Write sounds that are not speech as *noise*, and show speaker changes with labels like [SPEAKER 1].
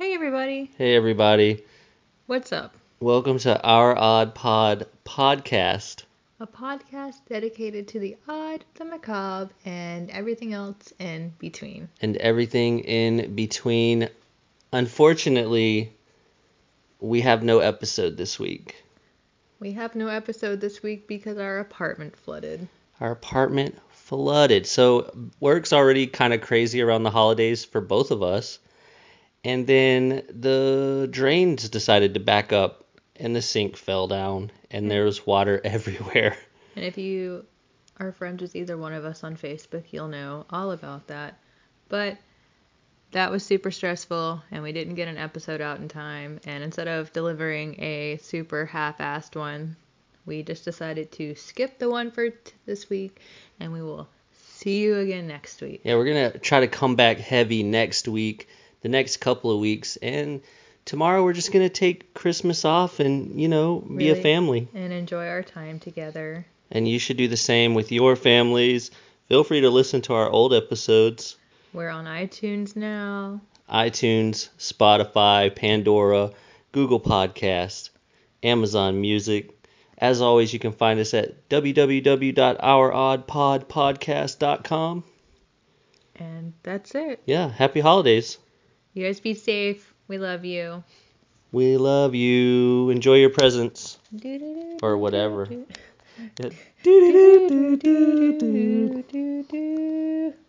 [SPEAKER 1] everybody.
[SPEAKER 2] Hey, everybody.
[SPEAKER 1] What's up?
[SPEAKER 2] Welcome to Our Odd Pod podcast.
[SPEAKER 1] A podcast dedicated to the odd, the macabre, and everything else in between.
[SPEAKER 2] and everything in between. Unfortunately, we have no episode this week.
[SPEAKER 1] We have no episode this week because our apartment flooded.
[SPEAKER 2] Our apartment flooded. So, work's already kind of crazy around the holidays for both of us. And then the drains decided to back up and the sink fell down and there was water *laughs* everywhere.
[SPEAKER 1] And if you are friends with either one of us on Facebook, you'll know all about that. But that was super stressful, and we didn't get an episode out in time. And instead of delivering a super half assed one, we just decided to skip the one for t- this week, and we will see you again next week.
[SPEAKER 2] Yeah, we're gonna try to come back heavy next week, the next couple of weeks, and tomorrow we're just gonna take Christmas off and you know be
[SPEAKER 1] Really?
[SPEAKER 2] a family.
[SPEAKER 1] And enjoy our time together.
[SPEAKER 2] And you should do the same with your families. Feel free to listen to our old episodes,
[SPEAKER 1] We're on iTunes now.
[SPEAKER 2] iTunes, Spotify, Pandora, Google Podcast, Amazon Music. As always, you can find us at www.ouroddpodpodcast.com.
[SPEAKER 1] And that's it.
[SPEAKER 2] Yeah, happy holidays.
[SPEAKER 1] You guys be safe. We love you.
[SPEAKER 2] We love you. Enjoy your presents.
[SPEAKER 1] Doo-doo-doo.
[SPEAKER 2] or whatever.
[SPEAKER 1] do,
[SPEAKER 2] Yeah.
[SPEAKER 1] do, do, do, do, do.